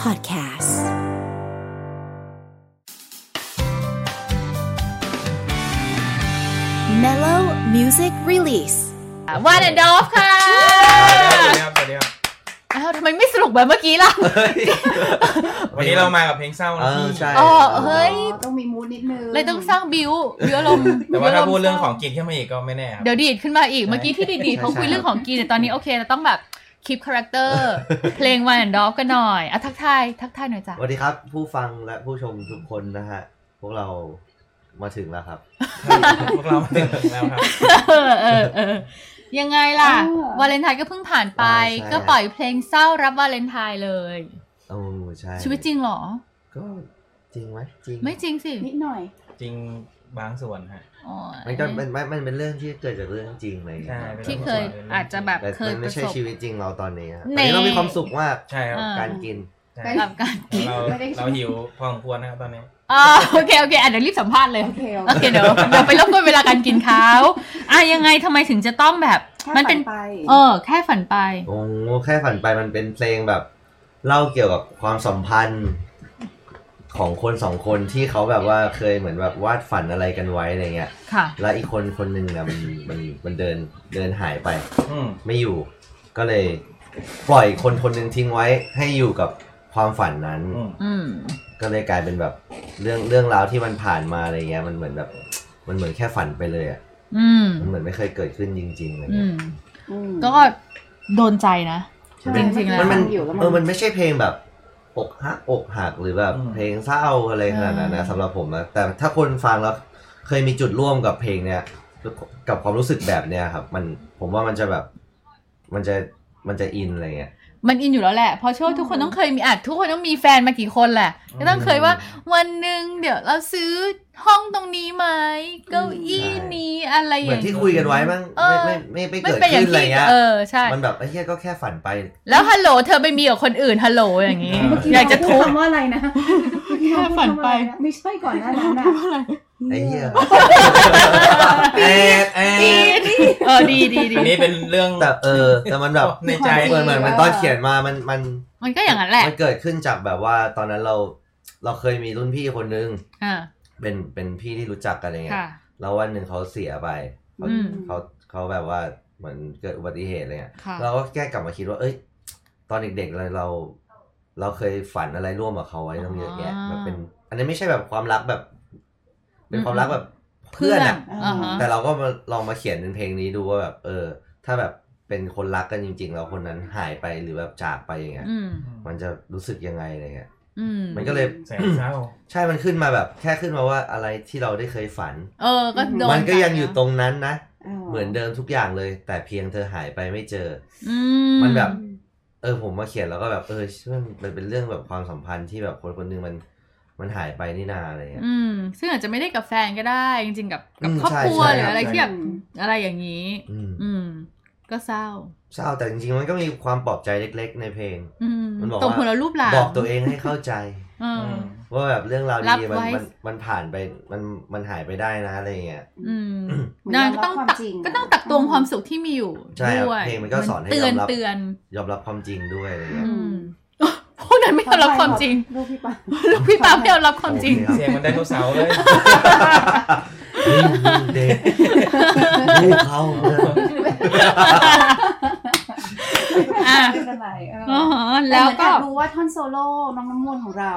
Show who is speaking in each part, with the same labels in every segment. Speaker 1: Podcast Mellow Music Release
Speaker 2: วานแอนดอฟค่ะ
Speaker 3: สวัสดีครับสวัสดีครับ
Speaker 2: อ้าวทำไมไม่สนุกแบบเมื่อกี้ล่ะ
Speaker 3: วันนี้เรามากับเพลงเศร้า
Speaker 4: เอ
Speaker 3: นะ
Speaker 4: อ
Speaker 3: พี่
Speaker 4: ใช่
Speaker 2: อ๋อเฮ้ย
Speaker 5: ต้องมีมูดนิดนึง
Speaker 2: เลยต้องสร้างบิวบิวอารมณ์
Speaker 3: แต่ว่าถ้าพูด
Speaker 2: ศ
Speaker 3: เรื่องของกินขึ้นมาอีกก็ไม่แน่ครับ
Speaker 2: เดี๋ยวดีดขึ้นมาอีก เมื่อกี้ที่ดีดๆเขาคุยเรื่องของกินแต่ตอนนี้โอเคเราต้องแบบคลิปคาแรคเตอร์ เพลงวานแอนดอฟกันหน่อยอ่ะทักทาย ทักทายหน่อยจ้ะ
Speaker 4: สวัสดีครับผู้ฟังและผู้ชมทุกคนนะฮะ พวกเรามาถึงแล้วครับ
Speaker 3: พวกเรามาถึงแล้วครับ
Speaker 2: เออเออเออยังไงล่ะ วาเลนไทน์ก็เพิ่งผ่านไป
Speaker 4: ใช่
Speaker 2: ก็ปล่อยเพลงเศร้ารับวาเลนไทน์เลย
Speaker 4: โอ้ใช่
Speaker 2: ชีวิตจริงเหรอ
Speaker 4: ก็จริงไหมจริง
Speaker 2: ไม่จริงสิ
Speaker 5: นิดหน่อย
Speaker 3: จริงบางส่วนฮะ
Speaker 2: อ๋อ
Speaker 4: มันก็มันมันมันเป็นเรื่องที่เกิดจากเรื่องจริงเลย
Speaker 3: ใช่
Speaker 4: ครับ
Speaker 2: ที่เคยอาจจะแบบ
Speaker 4: แต่
Speaker 2: เคย
Speaker 4: มัน
Speaker 2: ป
Speaker 4: ไม่
Speaker 2: ระ
Speaker 4: ใช่
Speaker 2: สบ
Speaker 4: ชีวิตจริงเราตอนนี้อะ
Speaker 2: แห
Speaker 4: ต
Speaker 2: น่
Speaker 4: อนนี้เรามีความสุขมาก
Speaker 3: ใช่ครับ
Speaker 2: อ่า
Speaker 4: การกิน
Speaker 3: ใช่
Speaker 2: กับการกิน
Speaker 3: เราเราหิวพอสมควรนะครับตอนนี้
Speaker 2: อ๋อโอเค โอเคอ่ะเดี๋ยวรีบสัมภาษณ์เลย
Speaker 5: โอเค
Speaker 2: โอเค เดี๋ยวเดี๋ยวไปรบกวนเวลาการกินเขาอ่ะยังไงทำไมถึงจะต้องแบบ มันเป็น
Speaker 5: ไป
Speaker 2: เออ แค่ฝันไป
Speaker 4: โอ้แค่ฝันไปมันเป็นเพลงแบบ เล่าเกี่ยวกับความสัมพันธ์ของคนสองคนที่เขาแบบว่าเคยเหมือนแบบวาดฝันอะไรกันไว้อะไรเงี้ย
Speaker 2: ค่ะ
Speaker 4: แล้วอีกคนคนหนึ่งเนี่ยมันมันมันเดินเดินหายไป
Speaker 3: อืม
Speaker 4: ไม่อยู่ก็เลยปล่อยคนคนหนึ่งทิ้งไว้ให้อยู่กับความฝันนั้น
Speaker 3: อืม
Speaker 2: อืม
Speaker 4: ก็เลยกลายเป็นแบบเรื่องเรื่องราวที่มันผ่านมาอะไรเงี้ยมันเหมือนแบบ มันเหมือนแค่ฝันไปเลยอ่ะ
Speaker 2: อืม
Speaker 4: มันเหมือนไม่เคยเกิดขึ้นจริงๆอะไร
Speaker 2: อื
Speaker 4: เงี้ย
Speaker 2: ม
Speaker 5: อืม
Speaker 2: ก็โดนใจนะ
Speaker 5: ใช่
Speaker 2: จริงๆแล้ว
Speaker 5: มั
Speaker 4: มัน นมั
Speaker 5: มั
Speaker 4: น น
Speaker 5: อยู่แล้ว
Speaker 4: เออ
Speaker 5: มั
Speaker 4: มัน
Speaker 5: น
Speaker 4: ไม่ใช่เพลงแบบอกหักอกหักหรือแบบเพลงเศร้าอะไรขนาดนั้นนะสำหรับผมนะแต่ถ้าคนฟังแล้วเคยมีจุดร่วมกับเพลงเนี้ยกับความรู้สึกแบบเนี้ยครับ มันผมว่ามันจะแบบมันจะมันจะอินอะไรเงี้ย
Speaker 2: มันอินอยู่แล้วแหละ เพราะเชื่อว่าทุกคนต้องเคยมีอาจทุกคนต้องมีแฟนมากี่คนแหละ ก็ต้องเคยว่า วันหนึ่งเดี๋ยวเราซื้อห้องตรงนี้ไหมเก้าอี้นี้อะไรอ
Speaker 4: เหมือน
Speaker 2: ย่าง
Speaker 4: ที่
Speaker 2: เงี้ย
Speaker 4: คุยกันไว้มั้ง
Speaker 2: เออ
Speaker 4: ไม่ไม่ไม่ไม่
Speaker 2: มัน
Speaker 4: เกิด
Speaker 2: เป็นอย่าง
Speaker 4: ขึ้นอะไร
Speaker 2: ที่
Speaker 4: เงี้ย
Speaker 2: เออ ใช่
Speaker 4: มันแบบไอ้เหี้ยก็แค่ฝันไป
Speaker 2: แล้วฮัลโหลเธอไปมีกับคนอื่นฮัลโหลอย่างงี้
Speaker 5: เมื่กี้
Speaker 2: อยากจะทุบ
Speaker 5: เรพูดคำว่าอะไรนะเมื่อกี้เราพูด
Speaker 2: แค่ฝันไป
Speaker 5: คำว่าอะไระไม่ใช่ก่อนหน้านั้นนะ
Speaker 4: ไอ้เหี้ย
Speaker 3: แอน แอน
Speaker 2: เออดีดีดี
Speaker 3: อันนี้เป็นเรื่อง
Speaker 4: แต่เออแต่มันแบบ
Speaker 3: ในใจ
Speaker 4: เหมือนเหมือนมันตอนเขียนมามันมัน
Speaker 2: มันก็อย่างนั้นแหละ
Speaker 4: มันเกิดขึ้นจากแบบว่าตอนนั้นเราเราเคยมีรุ่นพี่คนนึง
Speaker 2: อ่า
Speaker 4: เป็นเป็นพี่ที่รู้จักกันอะไรเงี้
Speaker 2: ค่ะ
Speaker 4: ยแล้ววันหนึ่งเขาเสียไปเขา
Speaker 2: อืม
Speaker 4: เขาเขาแบบว่าเหมือนเกิดอุบัติเหตุอะไรเงี้ย
Speaker 2: ค่ะ
Speaker 4: เราก็แค่กลับมาคิดว่า เอ้ย ตอนเด็กๆเราเรา เราเคยฝันอะไรร่วมกับเขาไว้ตั้งเยอะแยะ
Speaker 2: อ่า
Speaker 4: แบบเป็น อันนี้ไม่ใช่แบบความรักแบบ เป็น
Speaker 2: อืม
Speaker 4: ความรักแบบเพื่อนอะ
Speaker 2: อ่าฮะ
Speaker 4: แต่เราก็มาลองมาเขียนเป็นเพลงนี้ดูว่าแบบ เออ ถ้าแบบเป็นคนรักกันจริง ๆ เราคนนั้นหายไปหรือแบบจากไปอย่างเงี้ย
Speaker 2: อืม
Speaker 4: มันจะรู้สึกยังไงอะไรเงี้ย
Speaker 2: อืม
Speaker 4: มันก็เลย
Speaker 3: แสนเศร้า
Speaker 4: ใช่ มันขึ้นมาแบบ แค่ขึ้นมาว่าอะไรที่เราได้เคยฝัน
Speaker 2: เออก็โดน
Speaker 4: มันก็ยังอยู่ตรงนั้นนะ
Speaker 5: า
Speaker 4: เหมือนเดิมทุกอย่างเลย แต่เพียงเธอหายไปไม่เจอ
Speaker 2: อื
Speaker 4: มันแบบ เออผมมาเขียนแล้วก็แบบเออมันเป็นเรื่องแบบความสัมพันธ์ที่แบบคนคนหนึงมันมันหายไปนี่นาอะไรเงี้ย
Speaker 2: อืม ซึ่งอาจจะไม่ได้กับแฟนก็ได้ จริงๆกับกับ
Speaker 4: อืม
Speaker 2: ครอบครัว
Speaker 4: ใช่
Speaker 2: ห
Speaker 4: ใช่
Speaker 2: รืออะไรที่แบบอะไรอย่างนี้
Speaker 4: อืม
Speaker 2: อืม ก็เศร้า
Speaker 4: เศร้าแต่จริงๆมันก็มีความปลอบใจเล็ก ๆ ในเพลง
Speaker 2: อืม
Speaker 4: มันบอก
Speaker 2: ตก
Speaker 4: ว่า
Speaker 2: หัวเรารูปหลัง
Speaker 4: บอกตัวเองให้เข้าใจ
Speaker 2: เออ
Speaker 3: ม
Speaker 4: ว่าแบบเรื่องราว
Speaker 2: รับ
Speaker 4: ดีๆมัน
Speaker 2: ไว้
Speaker 4: มันมันผ่านไปมันมันหายไปได้นะอะไรเงี้ย
Speaker 2: อืม
Speaker 5: เหมื
Speaker 2: นาง
Speaker 5: เรา
Speaker 2: ก็
Speaker 5: รั
Speaker 2: ต้อง
Speaker 5: ความ
Speaker 2: ตัก
Speaker 5: จริ
Speaker 2: ก็ต้องตักตวงความสุขที่มีอยู่
Speaker 4: ใช่ครับ
Speaker 2: ด้วย
Speaker 4: เพลงมันก็สอนให้
Speaker 2: เตือน
Speaker 4: ยอมรับ
Speaker 2: เตือน
Speaker 4: ยอมรับความจริงด้วยอะไร
Speaker 2: อื
Speaker 4: เงี้ย
Speaker 2: ม พวกนั้นไม่ยอมรับความจริง
Speaker 5: ลูกพี่ปา
Speaker 2: ลูกพี่ปาไม่ยอมรับความจริง
Speaker 4: โอเค
Speaker 3: เสีย
Speaker 4: ค
Speaker 3: ง
Speaker 4: รับ
Speaker 3: มันได้ทุกเสาร์เลย
Speaker 4: นี่เด็กลูกเขา
Speaker 2: อ่ะ
Speaker 5: ไม่เป็นไรเออ
Speaker 2: อ๋อ
Speaker 5: ต่
Speaker 2: แล้วก็
Speaker 5: เหมือนอยารู้ว่าท่อนโซโล่น้องน้ำมนต์ของเรา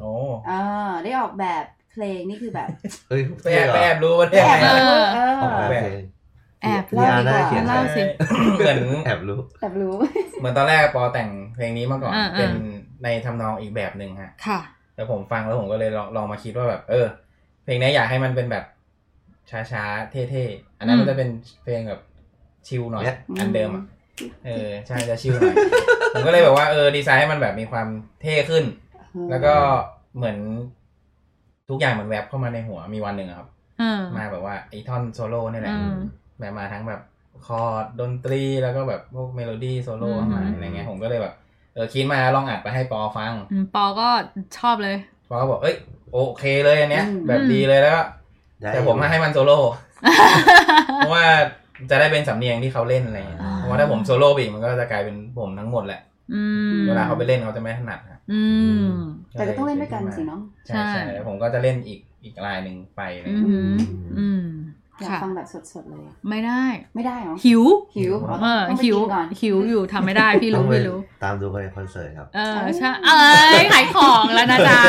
Speaker 3: โอ้
Speaker 5: เออได้ออกแบบเพลงนี่คือแบบ
Speaker 4: เฮ้ย
Speaker 3: ไปแอบไปแอบรู้ว่า
Speaker 5: แอ
Speaker 3: เนี่ย
Speaker 5: บ
Speaker 2: เออ
Speaker 5: เออ
Speaker 4: ออกแบบเพลง
Speaker 2: แอบ
Speaker 4: พี่อาร์น่าเขียน
Speaker 2: เล่าสิ
Speaker 3: เหมือน
Speaker 4: แอบรู้
Speaker 5: แบบรู้
Speaker 3: เหมือนตอนแรกปอแต่งเพลงนี้มาก่อน
Speaker 2: อ่าๆ
Speaker 3: เป็นในทำนองอีกแบบหนึ่งฮะ
Speaker 2: ค่ะ
Speaker 3: แล้วผมฟังแล้วผมก็เลยลองลองมาคิดว่าแบบ เออ เพลงนี้อยากให้มันเป็นแบบช้าๆ เท่ๆ อันนั้น
Speaker 2: อืม
Speaker 3: มันจะเป็นเพลงแบบชิลหน่อย
Speaker 4: เนี่ย
Speaker 3: อันเดิมอ่ะ เออ ใช่จะชิลหน่อย ผมก็เลยแบบว่าเออดีไซน์ให้มันแบบมีความเท่ขึ้น แล้วก็เหมือน ทุกอย่างมันแวบเข้ามาในหัวมีวันหนึ่งอะครับ
Speaker 2: เออ
Speaker 3: มาแบบว่าไอ้ท่อนโซโล่นี่แหละ
Speaker 2: อืม
Speaker 3: แบบมาทั้งแบบคอร์ดดนตรีแล้วก็แบบพวกเมโลดี้โซโล่
Speaker 2: อืม
Speaker 3: เข้ามาอะไรเงี้ยผมก็เลยแบบเออคิดมาลองอัดไปให้ปอฟัง
Speaker 2: อืมปอก็ชอบเลย
Speaker 3: ปอก็บอกเอ้ยโอเคเลยอันเนี้ย
Speaker 5: อืม
Speaker 3: แบบดีเลยแล้วก็
Speaker 4: ได้
Speaker 3: แต่ผมให้มันโซโล่เพราะว่าจะได้เป็นสำเนียงที่เขาเล่นอะไรเงี้ย
Speaker 2: อ่า
Speaker 3: เพราะว่าถ้าผมโซโล่ไปอีกมันก็จะกลายเป็นผมทั้งหมดแหละ
Speaker 2: อืม
Speaker 3: เวลาเขาไปเล่นเขาจะไม่ถนัดครับ
Speaker 2: อืม
Speaker 5: แต่ก็ต้องเล่นด้วยกันสิเนาะ
Speaker 3: ใช่
Speaker 2: ใช่
Speaker 3: ใช่แล้วผมก็จะเล่นอีกอีกลายหนึ่งไปอะไร
Speaker 2: อื
Speaker 3: เงี้ย
Speaker 2: มอืม
Speaker 5: อยาก
Speaker 2: ค่ะ
Speaker 5: ฟังแบบสดๆเลยอะ
Speaker 2: ไม่ได้
Speaker 5: ไม่ได้เหรอ
Speaker 2: หิว
Speaker 5: หิวเหรอ
Speaker 2: เออ
Speaker 5: ต้องไป
Speaker 2: หิว
Speaker 5: กินก่อน
Speaker 2: หิวอยู่ทำไม่ได้พี่
Speaker 4: ต้อ
Speaker 2: รู้
Speaker 4: งไป
Speaker 2: พี่รู้
Speaker 4: ตามดูไปคอนเสิร์ตครับ
Speaker 2: เออใช่เอ้ยขายของแล้วนะ จ๊ะ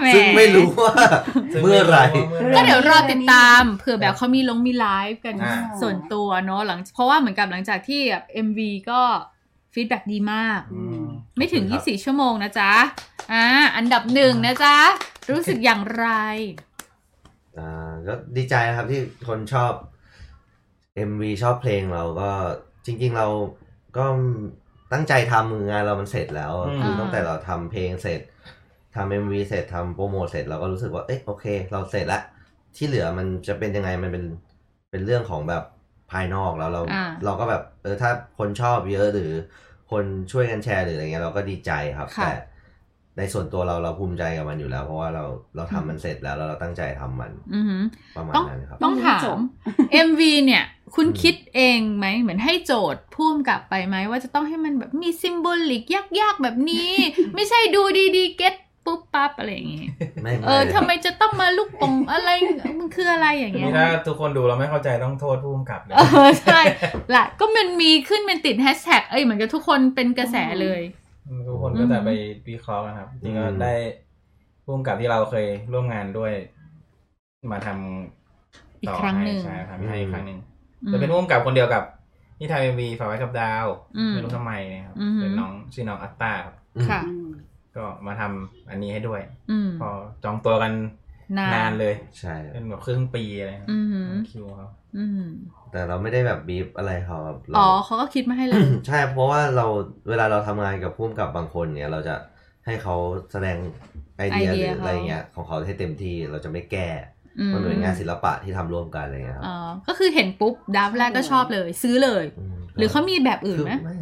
Speaker 2: แหม
Speaker 4: ซึ่งไม่รู้ว่า
Speaker 3: ซึ่ง
Speaker 4: เมื่อไหร่
Speaker 3: ม่รู้า
Speaker 2: ก็
Speaker 3: มื่อไหร่
Speaker 2: เดี๋ยวรอติดตามเผื่อแบบเขามีลงมีไลฟ์กัน
Speaker 3: อ่า
Speaker 2: ส่วนตัวเนาะหลังเพราะว่าเหมือนกับหลังจากที่แบบ MV ก็ฟีดแบ็ดีมาก
Speaker 3: อืม
Speaker 2: ไม่ถึง
Speaker 4: ครับ
Speaker 2: 24 ชั่วโมงนะจ๊ะอ่าอันดับหนึ่งนะจ๊ะ รู้สึกอย่างไร
Speaker 4: อ่าก็ดีใจนะครับที่คนชอบ MV ชอบเพลงเราก็จริง ๆเราก็ตั้งใจทำงานเรามันเสร็จแล้ว
Speaker 3: อืม
Speaker 4: คือตั้งแต่เราทำเพลงเสร็จทำ MV เสร็จทำโปรโมทเสร็จเราก็รู้สึกว่าเอ๊ะโอเค เราเสร็จละที่เหลือมันจะเป็นยังไงมันเป็นเป็นเรื่องของแบบภายนอกแล้วเรา
Speaker 2: อ่า
Speaker 4: เราก็แบบเออถ้าคนชอบเยอะหรือคนช่วยกันแชร์หรืออะไรเงี้ยเราก็ดีใจครับ
Speaker 2: ค่ะ
Speaker 4: แต่ในส่วนตัวเราเราภูมิใจกับมันอยู่แล้ว เพราะว่าเราเราทำมันเสร็จแล้วแล้วเราตั้งใจทำมัน
Speaker 2: อือหือ
Speaker 4: ประมาณนั้นครับ
Speaker 2: ต้องถาม MV เนี่ย คุณคิดเองไหม เหมือนให้โจทย์พุ่มกลับไปไหม ว่าจะต้องให้มันแบบมีซิมโบลิกยากๆ แบบนี้ ไม่ใช่ดูดีๆ เก็ตปุ๊บปั๊บอะไรอย่างงี้
Speaker 4: ไม่
Speaker 2: เออทำไมจะต้องมาลูกปงอะไร มันคืออะไรอย่างเงี้
Speaker 3: นี่
Speaker 2: ย
Speaker 3: ถ้าทุกคนดูเราไม่เข้าใจต้องโทษผู้กำกับเลย
Speaker 2: เออ ใช่ละก็มันมีขึ้นเป็นติดแฮชแท็กเอ้ยเหมือนกับทุกคนเป็นกระแสเลย
Speaker 3: ทุกคนก็จะไปวิเคราะห์กันครับจริงๆก็ได้ร่วมกับที่เราเคยร่วมงานด้วย มาทำ
Speaker 2: อี
Speaker 3: ต่
Speaker 2: กครั้งหนึ่ง
Speaker 3: ใช่ทำให้อีกครั้งหนึ่ง
Speaker 2: อืม
Speaker 3: จะเป็นร่วมกับคนเดียวกับที่ทำเอ็มวีฝากไว้กับดาว
Speaker 2: อืม
Speaker 3: ไม่รู้ทำไมนะครับ
Speaker 2: อือหือ
Speaker 3: เป็นน้องชื่อน้องอัตตาครับ
Speaker 2: ค่ะ
Speaker 5: อืม
Speaker 3: ก็มาทำอันนี้ให้ด้วย
Speaker 2: อืม
Speaker 3: พอจองตัวกัน
Speaker 2: นาน
Speaker 3: านเลย
Speaker 4: ใช่
Speaker 3: เป็นแบบครึ่งปีอะไรครับ
Speaker 2: อืม
Speaker 3: คิวครับ
Speaker 2: อืม
Speaker 4: แต่เราไม่ได้แบบบีบอะไรเขาครับเรา
Speaker 2: อ๋อ เขาก็คิดมาให้เลย
Speaker 4: ใช่เพราะว่าเราเวลาเราทำงานกับผู้กำกับบางคนเนี่ย เราจะให้เขาแสดงไอเดีย
Speaker 2: ไอ
Speaker 4: ห
Speaker 2: เดี
Speaker 4: รื
Speaker 2: ย
Speaker 4: ออะไร
Speaker 2: เขา
Speaker 4: เงี้ยของเขาให้เต็มที่เราจะไม่แก้
Speaker 2: อืม
Speaker 4: มันเป็นงานศิลปะที่ทำร่วมกันอะไรเงี้ยครับ
Speaker 2: อ๋อก็คือเห็นปุ๊บดับแรกก็ชอบเลย ซื้อเลย
Speaker 4: ม
Speaker 2: หรือเขามีแบบอื่น
Speaker 4: คือ
Speaker 2: ไหม
Speaker 4: ไม่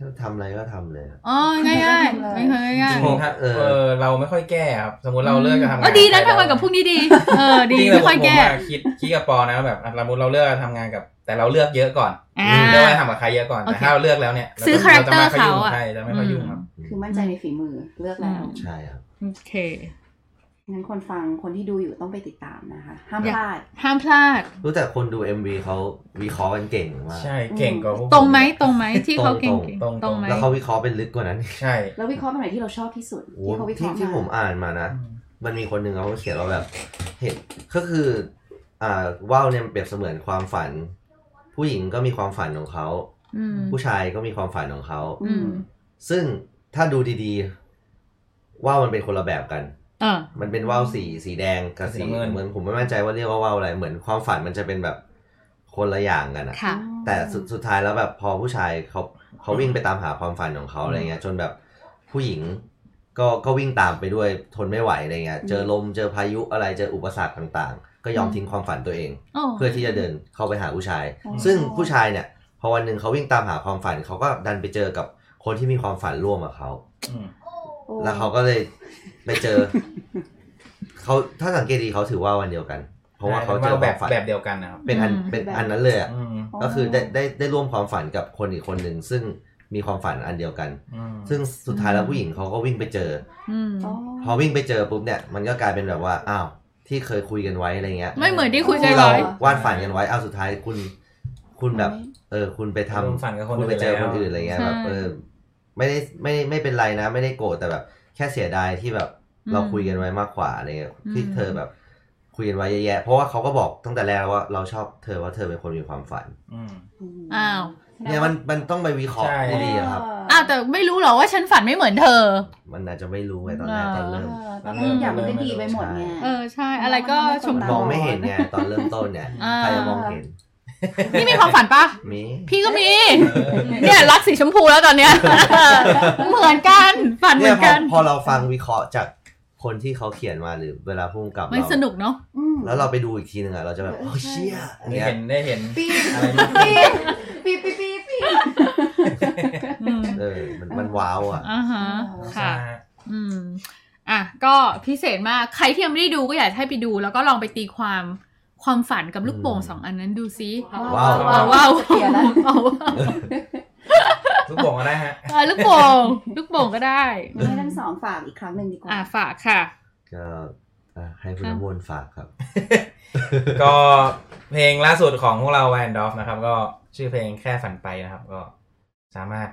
Speaker 4: ถ้าทำอะไรก็ทำเลยครับ
Speaker 2: อ๋อ ง่ายๆไม่เคยง่าย
Speaker 3: จ
Speaker 4: จ
Speaker 3: ริ
Speaker 4: ริ
Speaker 3: ง
Speaker 4: ง
Speaker 3: ถ้า
Speaker 4: เออ
Speaker 3: เออเราไม่ค่อยแก้ครับ สมมติเราเลิกจะทำ
Speaker 2: ก็
Speaker 3: งาน
Speaker 2: ดีนะ
Speaker 3: ใคร
Speaker 2: ทำงานกับพวกนี้ดี เออ ดี
Speaker 3: จริงๆ
Speaker 2: ไม่ค่อยแก้
Speaker 3: ผมะคิดคิดกับปอนะว่าแบบอ่ะสมมติเราเลิกทำงานกับ แต่เราเลือกเยอะก่อน
Speaker 2: อ่า
Speaker 3: เลือกว่าทำกับใครเยอะก่อน
Speaker 2: โอเค
Speaker 3: แต่ถ้าเราเลือกแล้วเนี่ย
Speaker 2: ซื้อ
Speaker 3: จะไม่ย
Speaker 2: character เขาอะ
Speaker 3: ใช่จะไม่ค่อยยุ่งครับ
Speaker 5: คือมั่นใจในฝีมือเลือกแล้ว
Speaker 2: อืม
Speaker 4: ใช่ครับ
Speaker 2: โอเค
Speaker 5: งั้นคนฟังคนที่ดูอยู่ต้องไปติดตามนะคะ ห้าม
Speaker 2: อย่า
Speaker 5: พลาด
Speaker 2: ห้ามพลาด
Speaker 4: รู้แต่คนดู MV เขาวิเคราะห์กันเก่งมาก
Speaker 3: ใช่เก่งกว่าพวกผ
Speaker 2: ตรงไหมตรงไหมที่เขาเก่งๆ
Speaker 3: ตรงๆ
Speaker 2: ตรงไหม
Speaker 4: แล้วเขาวิเคราะห์เป็นลึกกว่านั้น
Speaker 3: ใช่
Speaker 5: แล้ววิเคราะห์เป็นไหนที่เราชอบที่สุด
Speaker 4: โอ้
Speaker 5: ที่เขาวิเค
Speaker 4: ที่
Speaker 5: ราะห์
Speaker 4: ที่ผม
Speaker 5: มา
Speaker 4: อ่านมานะ มันมีคนหนึ่งเขาเขียนว่าแบบ เห็นก็คือ อ่าว่าวเนี่ยมันเปรียบเสมือนความฝัน ผู้หญิงก็มีความฝันของเขา
Speaker 2: อืม
Speaker 4: ผู้ชายก็มีความฝันของเขา
Speaker 2: อืม
Speaker 4: ซึ่งถ้าดูดีๆ ว่าวมันเป็นคนละแบบกัน
Speaker 2: เออ
Speaker 4: มันเป็นว่าวสีสีแดงกับสีน้ำเงินผมไม่มั่นใจว่าเรียกว่าว่าวอะไร เหมือนความฝันมันจะเป็นแบบคนละอย่างกันอะ
Speaker 2: ค่ะ
Speaker 4: แต่สุดสุดท้ายแล้วแบบพอผู้ชายเขาเขาวิ่งไปตามหาความฝันของเขาอะไรเงี้ย จนแบบผู้หญิงก็ก็วิ่งตามไปด้วยทนไม่ไหวอะไรเงี้ย เจอลมเจอพายุอะไรเจออุปสรรคต่างๆ ก็ยอมทิ้งความฝันตัวเอง
Speaker 2: โอ้
Speaker 4: เพื่อที่จะเดินเข้าไปหาผู้ชาย ซึ่งผู้ชายเนี่ย พอวันหนึ่งเขาวิ่งตามหาความฝันเขาก็ดันไปเจอกับคนที่มีความฝันร่วมกับเขา
Speaker 3: อืม
Speaker 5: โอ้
Speaker 4: แล้วเขาก็เลยไปเจอ เขาถ้าสังเกตดีเขาถือว่าวันเดียวกัน เพราะว่าเขาเจอค
Speaker 3: แบ
Speaker 4: วา
Speaker 3: บ
Speaker 4: มฝัน
Speaker 3: แบบเดียวกันนะครับ
Speaker 4: เป็นอันเป็นอันนั้นเลยอ่ะ
Speaker 3: อืม
Speaker 4: ก็คือได้ได้ได้ร่วมความฝันกับคนอีกคนหนึ่งซึ่งมีความฝันอันเดียวกัน
Speaker 3: อืม
Speaker 4: ซึ่งสุดท้ายแล้วผู้หญิงเขาก็วิ่งไปเจอ
Speaker 2: อืม
Speaker 5: อ๋อ
Speaker 4: พอวิ่งไปเจอปุ๊บเนี่ย มันก็กลายเป็นแบบว่าอ้าวที่เคยคุยกันไว้อะไรเงี้ย
Speaker 2: ไม่เหมือนที่คุยกัน
Speaker 4: ที่เรา
Speaker 2: ไว้
Speaker 4: วาดฝันกันไว้อ้าวสุดท้ายคุณ คุณแบบ เออ คุณไปทำ
Speaker 3: ร่วมฝันกับคน
Speaker 4: คุณไปเจอคนอื่น
Speaker 3: น
Speaker 4: อะไร
Speaker 3: แล้ว
Speaker 4: เงี้ยแบบเออไม่ได้ไม่ไม่เป็นไรนะ ไม่ได้โกรธแต่แบบ แค่เสียดายที่แบบ
Speaker 2: อืม
Speaker 4: เราคุยกันไว้มากกว่าอะไรเงี้ย
Speaker 2: อืม
Speaker 4: ที่เธอแบบคุยกันไว้เยอะแยะเพราะว่าเขาก็บอกตั้งแต่แรกแล้วว่าเราชอบเธอว่าเธอเป็นคนมีความฝัน
Speaker 3: อืม
Speaker 5: ม
Speaker 2: อ้าว
Speaker 4: เนี่ยมันมันต้องไปวิเคราะห์
Speaker 3: ใช่
Speaker 4: ดีๆอะครับ
Speaker 2: อ้าวแต่ไม่รู้หรอว่าฉันฝันไม่เหมือนเธอ
Speaker 4: มันอาจจะไม่รู้ไงตอนแรก
Speaker 2: เออ
Speaker 4: ตอนเริ่ม
Speaker 5: เออตอนแรกทุกอย่างมันก็ดีไปหมดไง
Speaker 2: เออใช่ อะไรก็ชม
Speaker 5: อ
Speaker 4: มองไม่เห็นไงตอนเริ่มต้นเนี่ย
Speaker 2: อ่า
Speaker 4: ใครจะมองเห็น
Speaker 2: นี่มีความฝันปะ
Speaker 4: มี
Speaker 2: พี่ก็มี เนี่ยรักสีชมพูแล้วตอนเนี้ย เหมือนกันฝันเหมื
Speaker 4: เนี่
Speaker 2: อย น
Speaker 4: พอ
Speaker 2: กัน
Speaker 4: พอเราฟังวิเคราะห์จากคนที่เขาเขียนมาหรือเวลาพุ่งกลับ
Speaker 2: มัน
Speaker 4: เรา
Speaker 2: สนุกเนาะ
Speaker 5: อืม
Speaker 4: แล้วเราไปดูอีกทีหนึ่งอะเราจะแบบโอ้เชี่ยอัน
Speaker 3: ได้
Speaker 4: เนี้ย
Speaker 3: เห็นได้เห็น
Speaker 5: ปี๊ด
Speaker 3: อะไรมาก
Speaker 5: ปีปีปีปี
Speaker 2: อืม
Speaker 4: เออ มันมันว้าวอ่ะ
Speaker 2: อ่าฮะค่ะ
Speaker 3: ใช่ฮะ
Speaker 2: อืม อ่ะ ก็พิเศษมากใครที่ยังไม่ได้ดูก็อยากให้ไปดู แล้วก็ลองไปตีความความฝันกับลูกโป่งสองอันนั้นดูซิ
Speaker 4: ว้าว
Speaker 2: ว้าวว้าว
Speaker 5: เสียแล้ว
Speaker 2: ว้าว
Speaker 3: ลูกโป่งก็ได้ฮะ
Speaker 2: เอ อลูกโป่งลูกโป่งก็ได้
Speaker 5: งั้นให้ทั้งสองฝากอีกครั้งหนึ่งดีกว่า
Speaker 2: อ่าฝากค่ะ
Speaker 4: ก็อ่ะให้คุณน้ำวนฝากครับ
Speaker 3: ก็เพลงล่าสุดของพวกเราแวนดอฟนะครับ ก็ชื่อเพลงแค่ฝันไปนะครับ ก็สามารถ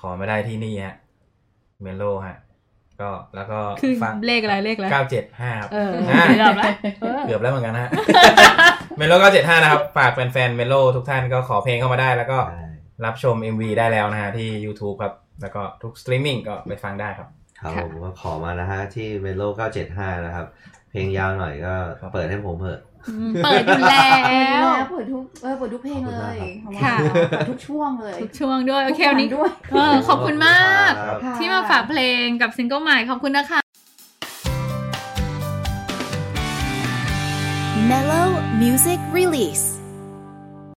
Speaker 3: ขอมาได้ที่นี่ฮะเมโลฮะ ก็แล้วก็
Speaker 2: คือ
Speaker 3: ฟัง
Speaker 2: เลขอะไรเลขอะไร
Speaker 3: เก้าเจ็ดห้าครับ
Speaker 2: เออ
Speaker 3: อ่ะ
Speaker 2: เกือบแล้วเออ
Speaker 3: เกือบแล้วเหมือ นกันนะฮะ เมโลเก้าเจ็ดห้านะครับ ฝากแฟนๆเมโลทุกท่านก็ขอเพลงเข้ามาได้แล้วก็
Speaker 4: ได้
Speaker 3: รับชม MV ได้แล้วนะฮะ ที่ YouTube ครับ แล้วก็ทุกสตรีมมิ่งก็ไปฟังได้ครับ
Speaker 4: ครับผมก็ขอมานะฮะที่เมโล975 นะครับ เพลงยาวหน่อยก็
Speaker 3: ครับ
Speaker 4: เปิดให้ผมเถอะ
Speaker 2: อืมเปิดอยู่แล้ว
Speaker 5: เปิดแล้วเปิดทุกเออเปิดทุกเพลงเลย
Speaker 4: ขอบคุณ
Speaker 2: มากครับ
Speaker 5: เปิดทุกช่วงเลย
Speaker 2: ทุกช่วงด้วยโอเควันนี้
Speaker 5: ทุกวัด้วย
Speaker 2: เออขอบคุณมาก
Speaker 4: ครับ
Speaker 5: ค่ะ
Speaker 2: ที่มาฝากเพลงกับซิงเกิลใหม่ขอบคุณนะคะ
Speaker 1: Mellow Music Release.